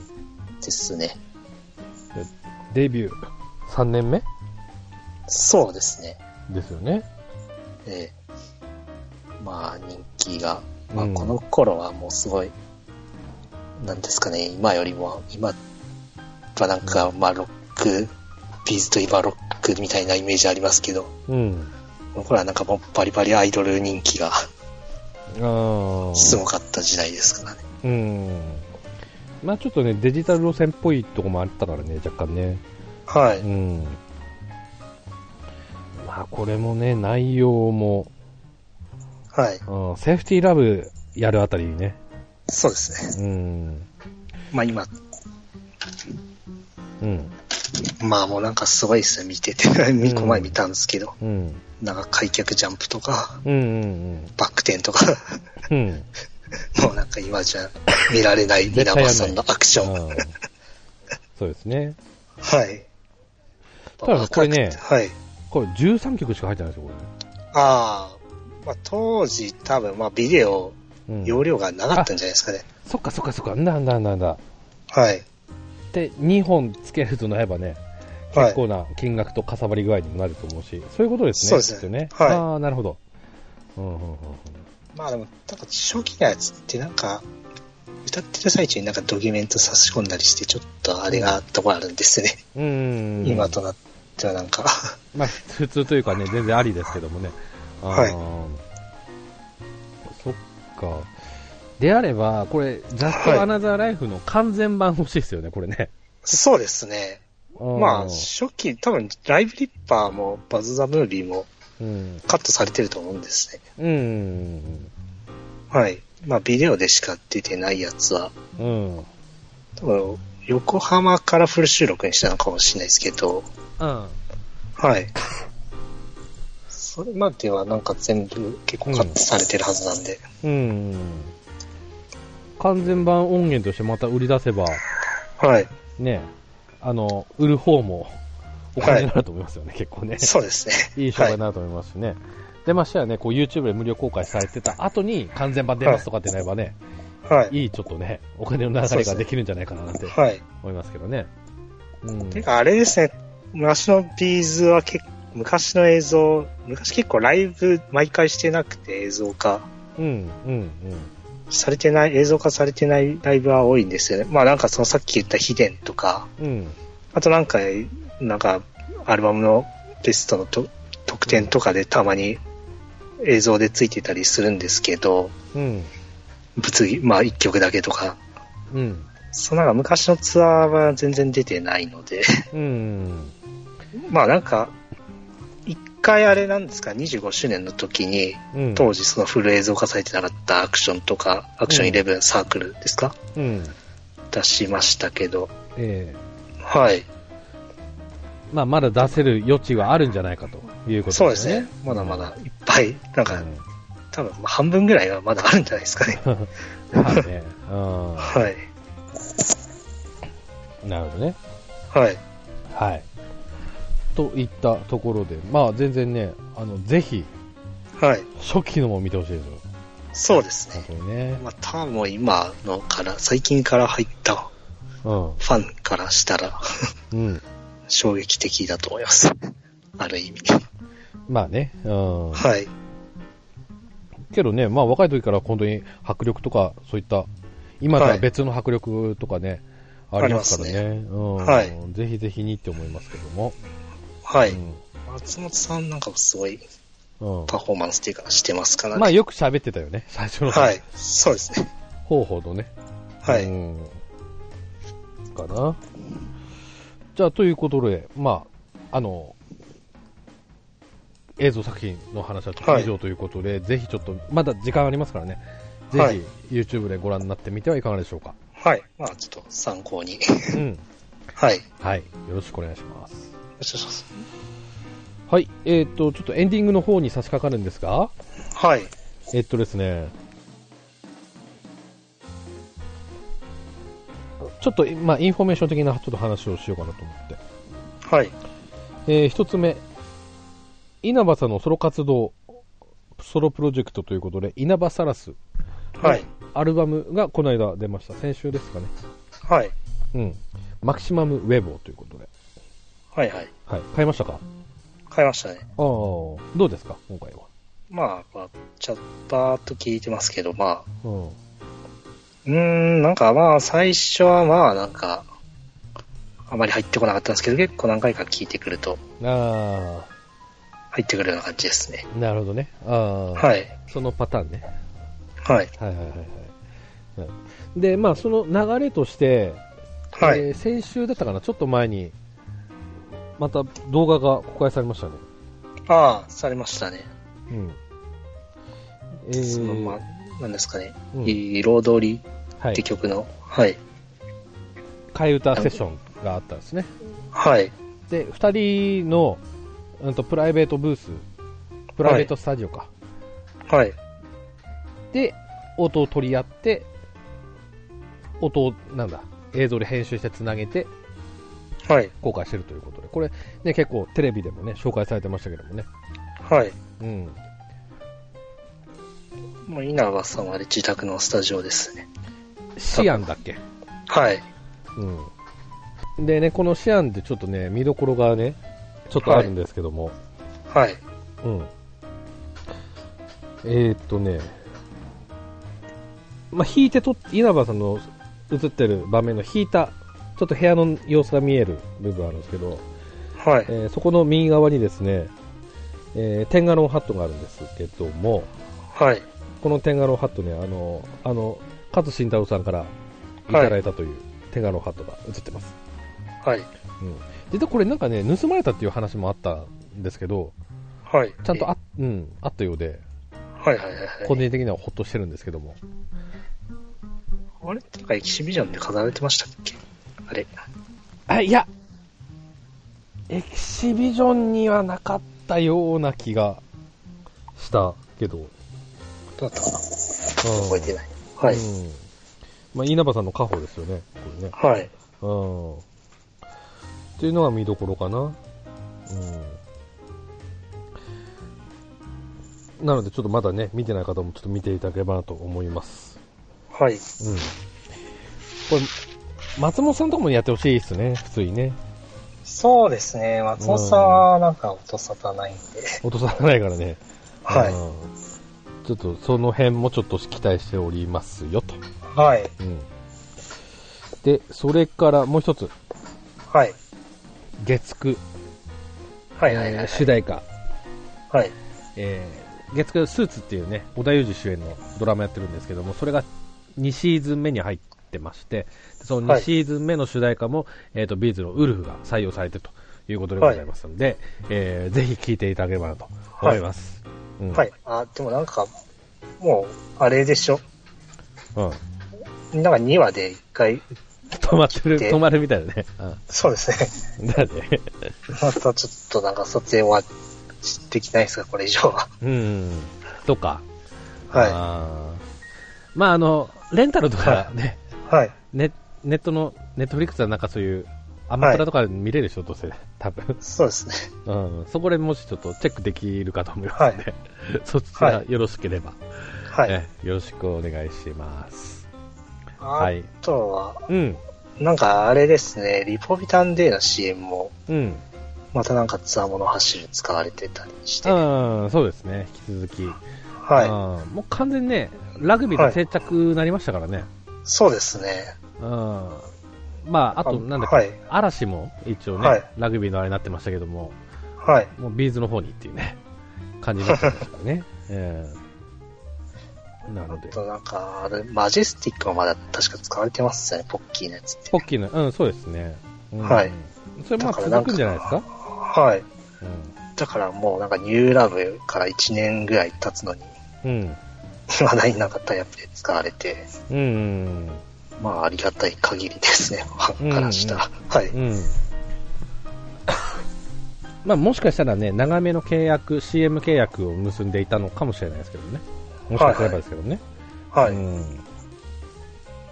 ーですね。デビュー3年目そうですね。ですよね。ええまあ、人気が、まあ、うんこの頃はもうすごい、なんですかね、今よりも、今はなんか、まあ、ロック、ビーズといえばロックみたいなイメージありますけど、うん。この頃はなんかもうバリバリアイドル人気があーすごかった時代ですからね。うん。まあちょっとね、デジタル路線っぽいとこもあったからね、若干ね。はうい。ん。まあこれもね、内容も、はい。うん、セーフティーラブやるあたりね。そうですね。うん。まあ今、うん。まあもうなんかすごいですよ、見て て。2個前見たんですけど、うん。なんか開脚ジャンプとか、うんうんバック転とか、 うん。うん。もうなんか今じゃ見られない稲葉さんのアクション。うんそうですね。はい。ただこれねはい。これ13曲しか入ってないですよ、こああ、まあ当時多分まあビデオれ、ね。うん容量がなかったんじゃないですかね。そっかそっかそっか、なんだなんだなんだ。はい。で、2本つけるとなればね、は結い。構な金額とかさばり具合にもなると思うし、そういうことですね。そうですねきっとはいああ、なるほど。うんうんうんうん。まあでも、なんか初期のやつってなんか、歌ってる最中になんかドキュメント差し込んだりして、ちょっとあれがとこあるんですね。うんうんうん今となってはなんか、まあ、普通というかね、全然ありですけどもね。あーはいそっか。であれば、これ、ザスはいトアナザーライフの完全版欲しいですよね、これね。そうですね。まあ、うん初期、多分、ライブリッパーもバズ・ザ・ムービーもうん。カットされてると思うんですね。うん。はい。まあ、ビデオでしか出てないやつは、うん。多分、横浜からフル収録にしたのかもしれないですけど、うん。はい。それまではなんか全部結構カットされてるはずなんで、うん。完全版音源としてまた売り出せば、はい。ね、あの、売る方もお金になると思いますよね、結構ね。そうですね。いい商売になると思いますしね。で、ましてはね、こう YouTube で無料公開されてた後に完全版出ますとかってなればね、はい。いいちょっとね、お金の流れができるんじゃないかななんてはい。思いますけどね。うん。てか、あれですね、昔のビーズは結構、昔の映像、昔結構ライブ毎回してなくて映像化うん、うん、されてない、映像化されてないライブは多いんですよね。まあなんかそのさっき言った秘伝とか、うん。うん。あとなんか、なんかアルバムのベストのと特典とかでたまに映像でついてたりするんですけど、うん。物議、まあ一曲だけとか。うん。そのなんか昔のツアーは全然出てないので。 うん。まあなんか、一回あれなんですか、25周年の時に、うん。当時そのフル映像化されてなかったアクションとか、アクション11サークルですか、うん。出しましたけど、ええはい。まあ、まだ出せる余地はあるんじゃないかということそうでですすね。ね。まだまだいっぱい、なんか、うん多分半分ぐらいはまだあるんじゃないですかね。まあね。うはい。ん。なるほどね。はい。はい。といったところで、まあ全然ね、あの、ぜひ、はい。初期のも見てほしいですよ。そうです本ね。当にね。まあ多分今のから、最近から入ったフうァンからしたら、 ん。うん。衝撃的だと思います。ある意味。まあね。うん。はい。けどね、まあ若い時から本当に迫力とか、そういった、今とは別の迫力とかね、はいありますからね。うん。はいぜひぜひにって思いますけども。はい。う松本さんなんかもすごいん。うん。パフォーマンスっていうかしてますからね。まあよく喋ってたよね、最初の。はい。そうですね。方法のね。はい。うん。かな。じゃあ、ということで、まあ、あの、映像作品の話はちょっとはい以上ということで、ぜひちょっと、まだ時間ありますからね、ぜはいひ YouTube でご覧になってみてはいかがでしょうか。はい。まあ、ちょっと参考に。うん。はい。よはい。よろしくお願いします。ろしくお願いします。はい。えっ、と、ちょっとエンディングの方に差し掛かるんですが、はい。えっとですね、ちょっと、まあ、インフォメーション的なちょっと話をしようかなと思って。はい。えー一つ目、稲葉さんのソロ活動、ソロプロジェクトということで、稲葉サラス、はい。アルバムがこの間出ました。先週ですかね。はい。うん。マキシマムウェボーということで。はい。はい。はい。買いましたかあ買いましたね。あ、どうですか今回は。まあ、まあ、チャッパーと聞いてますけど、まあ、うん。うーん、なんかまあ、最初はまあ、なんか、あまり入ってこなかったんですけど、結構何回か聞いてくると、あ入ってくるような感じですね。あ、なるほどね。ああ、はい。そのパターンね。はい。はいはいはいはいうん。で、まあ、その流れとして、はい。えー先週だったかな、ちょっと前に、また動画が公開されましたね。ああ、されましたね。うん。えーそのまあ、なんですかね。うん彩りはってい。曲の、はい。替え歌セッションがあったんですね。はい。で、2人の、うん、とプライベートブース、プライベートスタジオか、はい。で、音を取り合って、音を、なんだ、映像で編集してつなげてはい。公開してるということで、これ、ね、結構テレビでもね、紹介されてましたけどもね。はい。うん。もう稲葉さんはあれ自宅のスタジオですね。シアンだっけはい。うん。でね、このシアンでちょっとね、見どころがね、ちょっとあるんですけども、はい。うん。えー、っとね、まあ、引いて撮っ、稲葉さんの映ってる場面の引いた、ちょっと部屋の様子が見える部分あるんですけど、はい。えーそこの右側にですね、えーテンガロンハットがあるんですけども、はい。このテンガロンハットね、あの、あの、勝慎太郎さんからいただいたという、テンガロンハットが映ってます。はい。うん。実はこれなんかね、盗まれたっていう話もあったんですけど、はい。ちゃんとあ、うん、あったようで、はいはいはいはい。個人的にはほっとしてるんですけども。あれなんかエキシビジョンで飾られてましたっけあれ。あ、いや、エキシビジョンにはなかったような気がしたけど、うん、どうだったかな覚えてない。はい。うんまあ、稲葉さんの家宝ですよね、これね。はい。うん。っていうのが見どころかな。うん。なので、ちょっとまだね、見てない方もちょっと見ていただければなと思います。はい。うん。これ、松本さんとかもやってほしいですね、普通にね。そうですね。松本さんはなんか音沙汰ないんで。落とさないからね。はうんちょっとその辺もちょっと期待しておりますよと。い。はい。うん、で、それからもう一つ、はい。月9、はいはいはえーい。主題歌、はい。えー月9スーツっていうね、織田裕二主演のドラマやってるんですけども、それが2シーズン目に入ってまして、そのは2いシーズン目の主題歌も、えっ、と、ビーズのウルフが採用されてるということでございますので、えーぜひ聴いていただければなと思います。うんはい。。あ、でもなんか、もう、あれでしょ。うん。なんか2話で1回、止まってる、で止まるみたいなね。うんそうです ね。だね。 またちょっとなんか撮影はできないですか、これ以上は。うん。とか。はあーまあ、あの、レンタルとかね、い。はい。ネネットの、ネットフリックスはなんかそういう、アマプラとかで見れるでしょ、どうせ、多分。そうですね。うん。そこでもしちょっとチェックできるかと思いますので、 そちらよろしければ、はい。えよろしくお願いします。はあい。とは、うん。なんかあれですね、リポビタンデーの CM も、うん。またなんかツアーもの走る使われてたりして。はうん、そうですね、引き続き。うんい。もう完全にね、ラグビーの定着になりましたからね。そうですね。うんまあ、あと、あなんだっけ、はい嵐も一応ね、はいラグビーのあれになってましたけども、はい。もうビーズの方にっていうね、 感じになってましたからね。ええなのであ、となんか、あれ、マジェスティックもまだ確か使われてますよね、ポッキーのやつって。ポッキーの、うん、そうですね。うんはい。それまあだからなん続かくんじゃないですかはい。うだからもうなんかニューラブから1年ぐらい経つのに、ん。う ん。話題になかったやっぱり使われて、うん。まあありがたい限りですね、 うんからした。はい。うん。 まあ、もしかしたらね、長めの契約、CM 契約を結んでいたのかもしれないですけどね。もしかすればですけどね。はい。うん、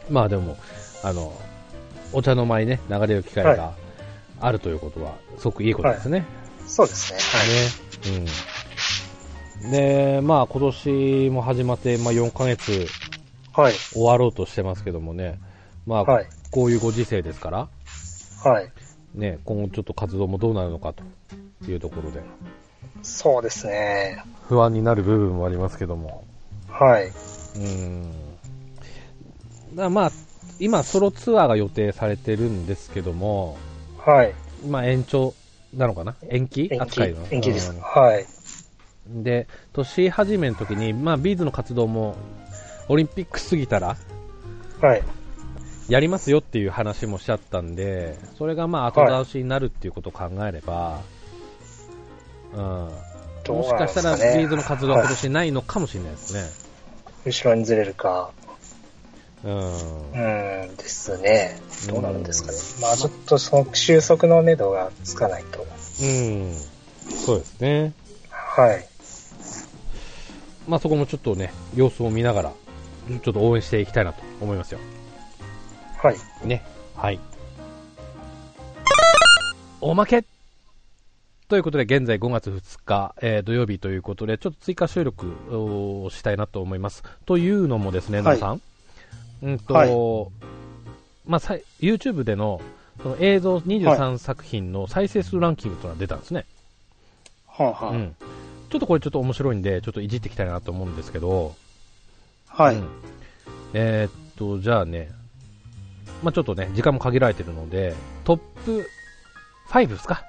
まあでもあのお茶の間にね流れる機会はがあるということはすごくいいことですね。そうですね。ねはい。うん、でまあ今年も始まって、まあ、4ヶ月はい。終わろうとしてますけどもね、まあ、はいこういうご時世ですから、はい。ね、今後ちょっと活動もどうなるのかというところでそうですね。不安になる部分もありますけども。はい。うんだまあ、今、ソロツアーが予定されてるんですけども、はい。まあ、延長なのかな延期延期扱いの。延期です。はい。うんで、年始めの時に、まあ、ビーズの活動も、オリンピック過ぎたら、はい。やりますよっていう話もしちゃったんで、それがまあ、後倒しになるっていうことを考えれば、うん。どもうしなんかでしすた、からねビーズの活動は今年ないのかもしれないですね。後ろにずれるか。ううんう。ーんですね。どうなるんですかね。まあちょっとその収束のめどがつかないと。うん。そうですね。はい。まあそこもちょっとね、様子を見ながら、ちょっと応援していきたいなと思いますよ。はい。ね。はい。おまけということで、現在5月2日、えー土曜日ということで、ちょっと追加収録をしたいなと思います。というのもですね、は皆いさん、うんと、はいまあ、さい YouTube でのその映像23作品の再生数ランキングというのが出たんですね。はあ、はうん、ちょっとこれちょっと面白いんで、ちょっといじっていきたいなと思うんですけど、はうんえーっと、じゃあね、まあちょっとね、時間も限られてるので、トップ5ですか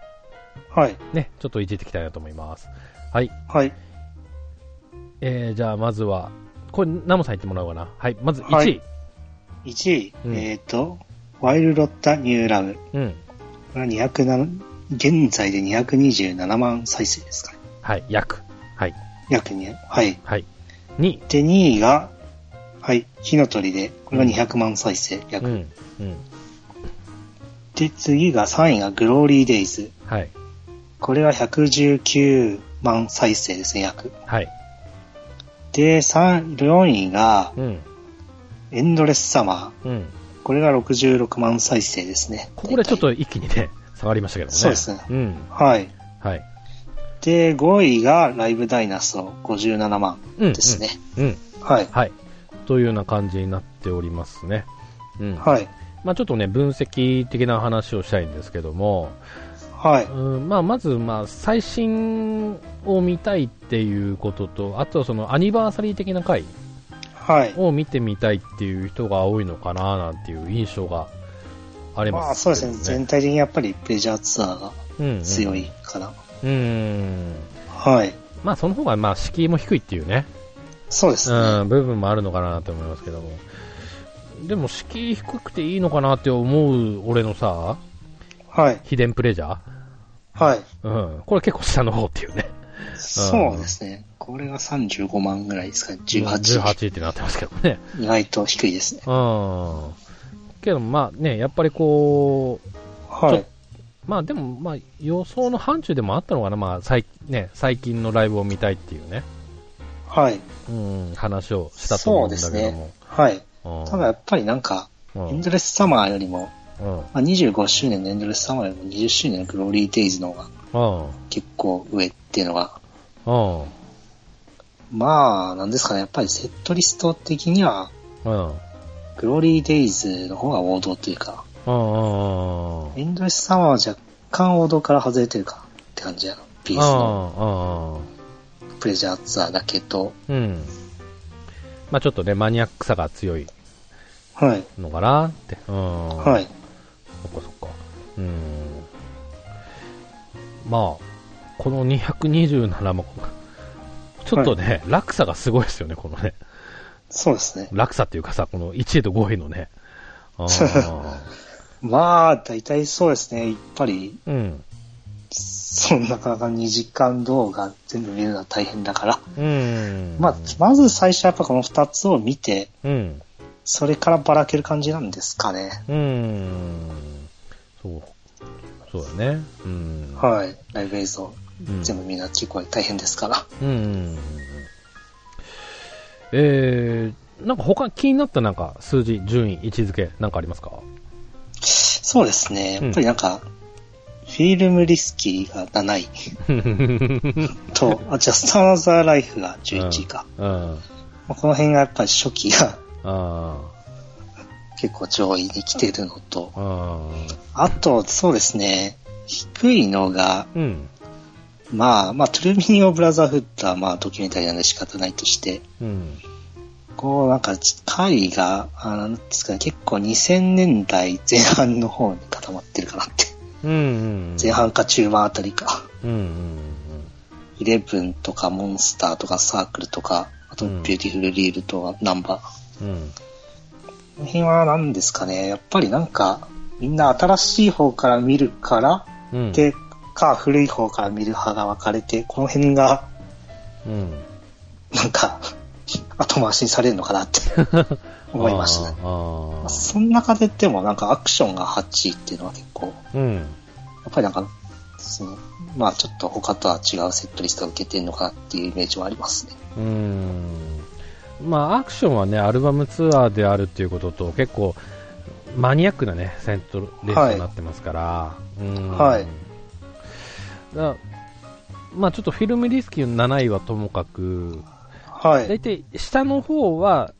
はい。ね、ちょっといじっていきたいなと思います。はい。はい。えー、じゃあまずは、これ、ナモさん言ってもらおうかな。はい。まず1位。はい1位、うんえっ、と、ワイルドロッタニューラム。うん。これは207、現在で227万再生ですかね。はい。約。はい。約2、はい。はい。2位。で、2位が、はい、火の鳥で、これが200万再生、約。うん。うん。で、次が3位がグローリーデイズ。はい。これは119万再生ですね、約。はい。で、3、4位が、うん。エンドレスサマうん。ー。これが66万再生ですね。ここでちょっ大体。と一気にね、下がりましたけどね。そうですねうん。はい。はい。で、5位がライブダイナソー、57万うん。ですね。うん。はい。はい。というような感じになっておりますね。うん。はい。まあちょっとね、分析的な話をしたいんですけども、。はいうんまあ、まず、まあ、最新を見たいっていうことと、あとはそのアニバーサリー的な回はい。を見てみたいっていう人が多いのかななんていう印象がありままあすそけうでど、すね。全体的にやっぱりレジャーツアーが全強い。かな。うんうん。はい。まあ、その方が、まあ、敷居も低いっていうね、そうですね。うん、部分もあるのかなと思いますけども。でも、敷居低くていいのかなって思う俺のさ、はい。秘伝プレジャーはい。うん。これ結構下の方っていうね。そうですね。これが35万ぐらいですかね。18。 18ってなってますけどね。意外と低いですね。うん。けど、まあね、やっぱりこう、はい。まあでも、まあ予想の範疇でもあったのかな、まあ最,、ね、最近のライブを見たいっていうね、はい。うん、話をしたと思うんだけども。はい。うんただやっぱりなんか、うんエンドレスサマーよりも、うん。まあ、25周年のエンドレスサマーよりも20周年のグローリーデイズの方がうん。結構上っていうのが、うん。まあ、なんですかね。やっぱりセットリスト的には、うん。グローリーデイズの方が王道というか、うん。うん。エンドレスサマーは若干王道から外れてるかって感じやな。ビースのプレジャーツアーだけど。うん。うん。まあちょっとね、マニアックさが強いはい。のかなって。うん。はい。そっかそっか。うーん。まあ、この227も、ちょっとね、落差がすごいですよね、このね。そうですね。落差っていうかさ、この1位と5位のね。あ ーまあ、大体そうですね。やっぱり、うん。そんなかなか2時間動画全部見るのは大変だから。うん。まあ、まず最初はやっぱこの2つを見て、うん。それからばらける感じなんですかね。うん。そう。そうだね。うん。はい。ライブ映像、うん全部見るのは結構大変ですから。うんうんうんうん。えー、なんか他気になったなんか数字、順位、位置づけなんかありますかそうですね。やっぱりなんか、フィルムリスキーが7位。 と、あ、ジャストアナザーライフが11位か。うん。まあこの辺がやっぱり初期があ結構上位に来てるのと、あ、ああと、そうですね、低いのが、ーうん、まあ、まあ、トゥルミニオ・ブラザーフッドはまあ、ドキュメンタリーなんで仕方ないとして、うん、こう、なんか、回が、あなんですかね、結構2000年代前半の方に固まってるかなって。うん、うん、前半か中盤あたりか。うん、うん、イレブンとか、モンスターとか、サークルとか、あと、うんビューティフル・リールとか、ナンバー。うん、この辺は何ですかね。やっぱりなんか、みんな新しい方から見るから、うん、で、か、古い方から見る派が分かれて、この辺が、うん、、なんか、後回しにされるのかなって思いましたね。ああ。その中ででもなんかアクションが8っていうのは結構、やうん。っぱりなんか、その、まあちょっと他とは違うセットリストが受けてるのかなっていうイメージはありますね。うん。まあ、アクションはね、アルバムツアーであるっていうことと、結構、マニアックなね、セントレースになってますから。うん。はいだまあ、ちょっとフィルムリスキーの7位はともかく、は大い。体下の方は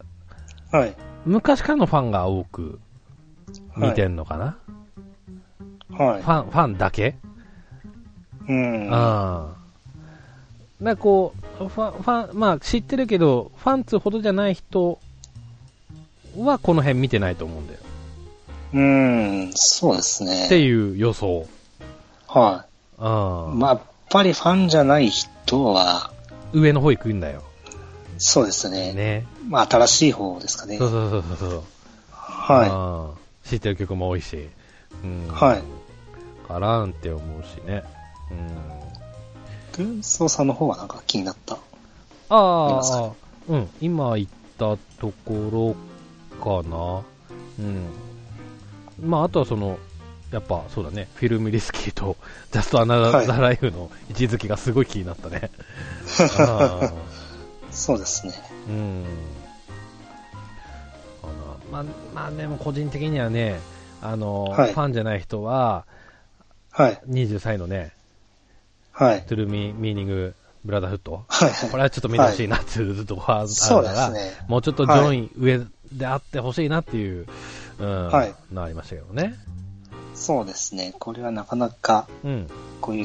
はい。昔からのファンが多く見てんのかな、はいフ。ァン、ファンだけうん。ああ。なんかこう、ファン、ファン、まあ知ってるけど、ファンツほどじゃない人はこの辺見てないと思うんだよ。うん、そうですね。っていう予想。はあい。あまあ、やっぱりファンじゃない人は、上の方行くんだよ。そうですね。ね。まあ、新しい方ですかね。そうそうそうそうそう。あはあ知ってる曲も多いし。うん。い。はい。からんって思うしね。うん。軍曹さんの方はなんか気になった。いあますあか、うん、今言ったところかな。うん。まあ、あとはその、やっぱそうだね、フィルムリスキーと ジャストアナザーライフの位置づけがすごい気になったね。ああそうですね。うんあのまあ、まあでも個人的にはね、あの、はいファンじゃない人は、はい。 23位のね、はい。トゥルミミーニングブラザーフット。はい。 これはちょっと見てほしいなっていうところはあるそうでかすら、ね。もうちょっと上位上であってほしいなっていう、うん、はいのありましたけどね。そうですね。これはなかなか、うん。こういう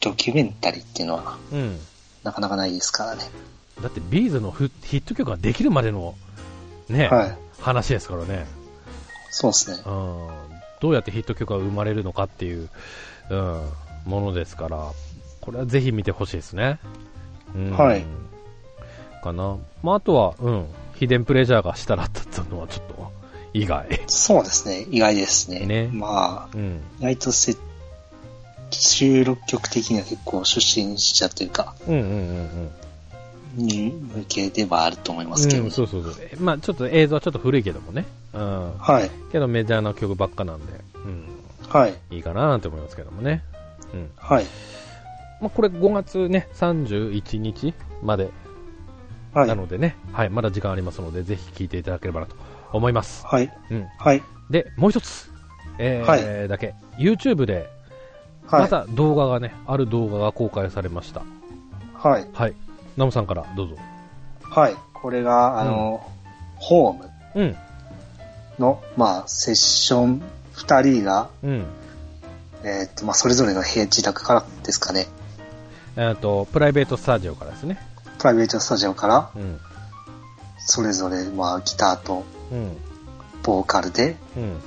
ドキュメンタリーっていうのは、うん。なかなかないですからね。だってビーズのフヒット曲ができるまでの、ね、はい。話ですからね、そうですねう。ん。どうやってヒット曲が生まれるのかっていう、うん、ものですから、これはぜひ見てほしいですね。うん、はい。かな。まあ、あとは、うん、秘伝プレジャーがしたらったっていうのはちょっと意外。そうですね。意外ですね。ねまうあ、ん。意外とせ収録曲的には結構初心者というか、うんうんうんうん。に向けではあると思いますけど、うん、そうそうそう。えまあちょっと映像はちょっと古いけどもね。うん。はい。けどメジャーな曲ばっかなんで、うん。はい。いいかなと思いますけどもね。うん。はい。まあこれ5月ね、31日まではいな。のでね、はい、まだ時間ありますので、ぜひ聴いていただければなと思います。はい。うん。はい。で、もう一つ。えーはだけ。YouTube で、はい。また動画がね、ある動画が公開されました。はい。はい。ナムさんからどうぞ。はい。これが、あの、ホームうん。の、まあ、セッション2人が、うん。えっ、と、まあ、それぞれの部屋、自宅からですかね、えっ、と、プライベートスタジオからですね。プライベートスタジオから、うん。それぞれ、まあ、ギターとうん。ボーカルで、うん。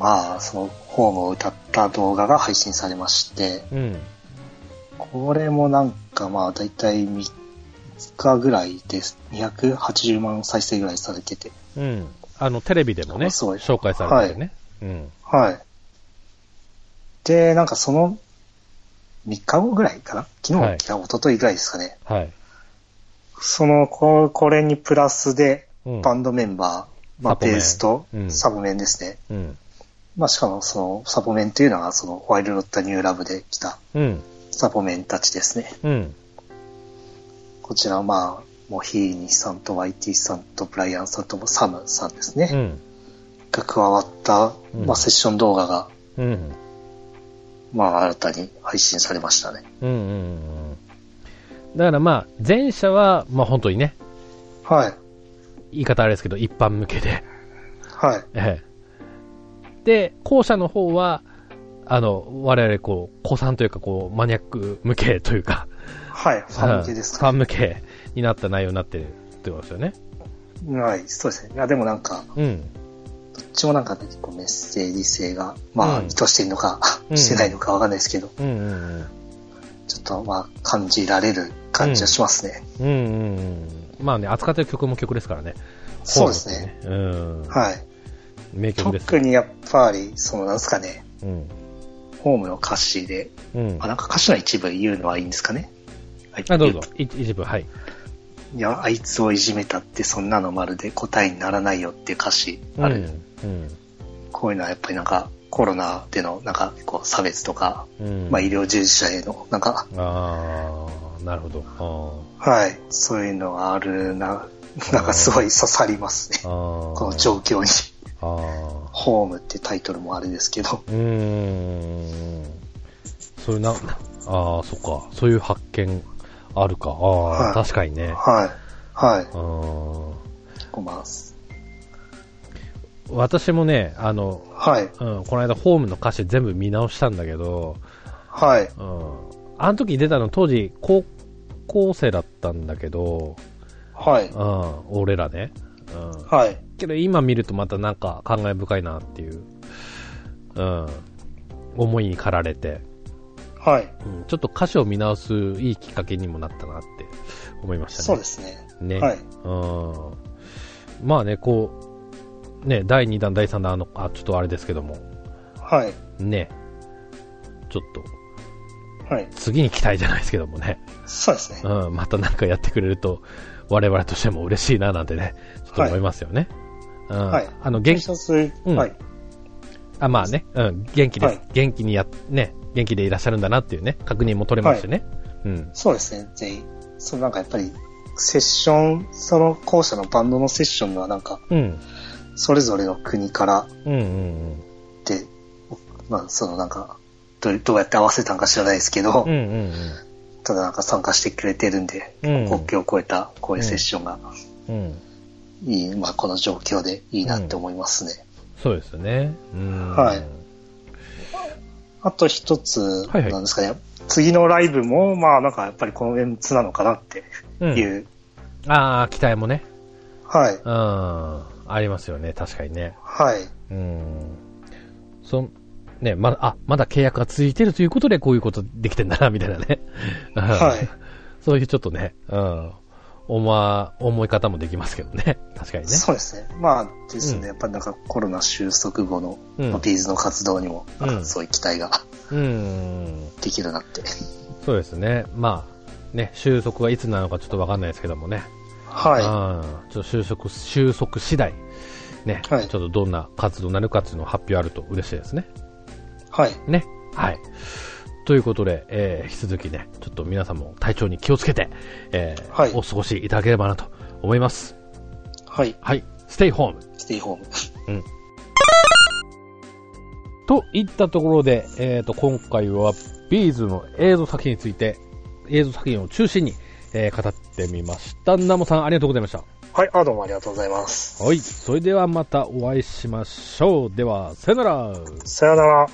まあ、その、ホームを歌った動画が配信されまして、うん。これもなんか、まあ、だいたい3日ぐらいです。280万再生ぐらいされてて。うん。あの、テレビでもね、あそうです紹介されてるね。うん。はい。で、なんかその、3日後ぐらいかな昨日、はい昨日一昨日ぐらいですかね。はい。その、ここれにプラスで、うんバンドメンバー、まあ、サポメンベースとうんサボメンですね。うん。まあ、しかもその、サボメンというのは、その、ワイルドロッタニューラブで来たうん。サボメンたちですね。うん。こちらはまあ、モヒーニさんと YT さんとブライアンさんとサムさんですね。うん。が加わった、うんまあ、セッション動画が、うん。まあ、新たに配信されましたね。うん。うん。だからまあ、前者は、まあ本当にね、はい。言い方あれですけど、一般向けで。はい。ええ。で、後者の方は、あの、我々こう、子さんというかこう、マニアック向けというか、はい。ファン向けですうか、 んファン向けになった内容になってるってことですよね。はい。そうですね。いや、でもなんか、うん。どっちもなんか、ね、結構メッセージ性が、まあ、うん意図してるのか、うんしてないのかわかんないですけど、うんうんうん。ちょっとまあ、感じられる感じはしますね。うんうんうん。まあね、扱ってる曲も曲ですからね。そうですね。ホームってね。うん。はい。名曲です。特にやっぱり、その、なんですかね、うん。ホームの歌詞で、うんあ、。なんか歌詞の一部言うのはいいんですかね。はい。あ、どうぞ。い一部、はい。いや、あいつをいじめたってそんなのまるで答えにならないよっていう歌詞ある。うんうんこういうのはやっぱりなんかコロナでのなんかこう差別とか、うんまあ医療従事者へのなんか、ああなるほどはい、そういうのがあるな、なんかすごい刺さりますね。あーあこのョ状況に。ああホームってタイトルもあれですけど。うーんそういうなああそっかそういう発見あるかああ、はい確かにねはい。はあい。ー結構まあ、私もねあの、はい。うん、この間ホームの歌詞全部見直したんだけど、はい。うん、あの時出たの当時高校生だったんだけど、はい。うん、俺らね、うん、はい。けど今見るとまたなんか感慨深いなっていう、うん、思いに駆られて、はい。うん、ちょっと歌詞を見直すいいきっかけにもなったなって思いましたね。そうですね。ね。はい。うん。まあね、こう、ね、第2弾、第3弾、あの、あ、ちょっとあれですけども、はい。ね、ちょっと、はい。次に期待じゃないですけどもね、そうですね。うん、またなんかやってくれると、我々としても嬉しいななんてね、ちょっと思いますよね。うん、はいあの、もう元気、一つ、うんはい。あ、まあね、うん、元気で、はい元気にや、ね、元気でいらっしゃるんだなっていうね、確認も取れますしね。うん。そうですね。ぜひ、そのなんかやっぱり、セッション、その校舎のバンドのセッションがなんか、うん。それぞれの国からうんうんで、まあ、そのなんか、どうどうやって合わせたんか知らないですけど、うん。うんうんただなんか参加してくれてるんで、うん国境を越えたこういうセッションがうん。うん。いい、まあこの状況でいいなって思いますね。そうですよね。うん。はいあと一つ、はいはいなんですかね、次のライブも、まあなんかやっぱりこのメンツなのかなってうんいう、ああ、期待もね。はい、うん。ありますよね、確かにね。はい、うん。そん、ね、まだ、あ、まだ契約が続いてるということで、こういうことできてんだな、みたいなね。。はいい、 そういうちょっとね、うん。思わ、思い方もできますけどね。確かにね。そうですね。まあですね、うんやっぱりなんかコロナ収束後の、うんまあビーズの活動にも、うんなんかそういう期待が うん。できるなって。そうですね。まあ、ね、収束がいつなのかちょっとわかんないですけどもね。はうんちょっと収束、収束次第、ね、はいちょっとどんな活動になるかっていうのを発表あると嬉しいですね。い、はい、ね。はい。ということで、えー引き続きね、ちょっと皆さんも体調に気をつけて、えーはいお過ごしいただければなと思います。はい、はい。ステイホーム。ステイホーム。といったところで、えー、と今回はビーズの映像作品について映像作品を中心に、えー語ってみましたナモさんありがとうございましたはい、あ、どうもありがとうございます。はいそれではまたお会いしましょうではさよならさよなら。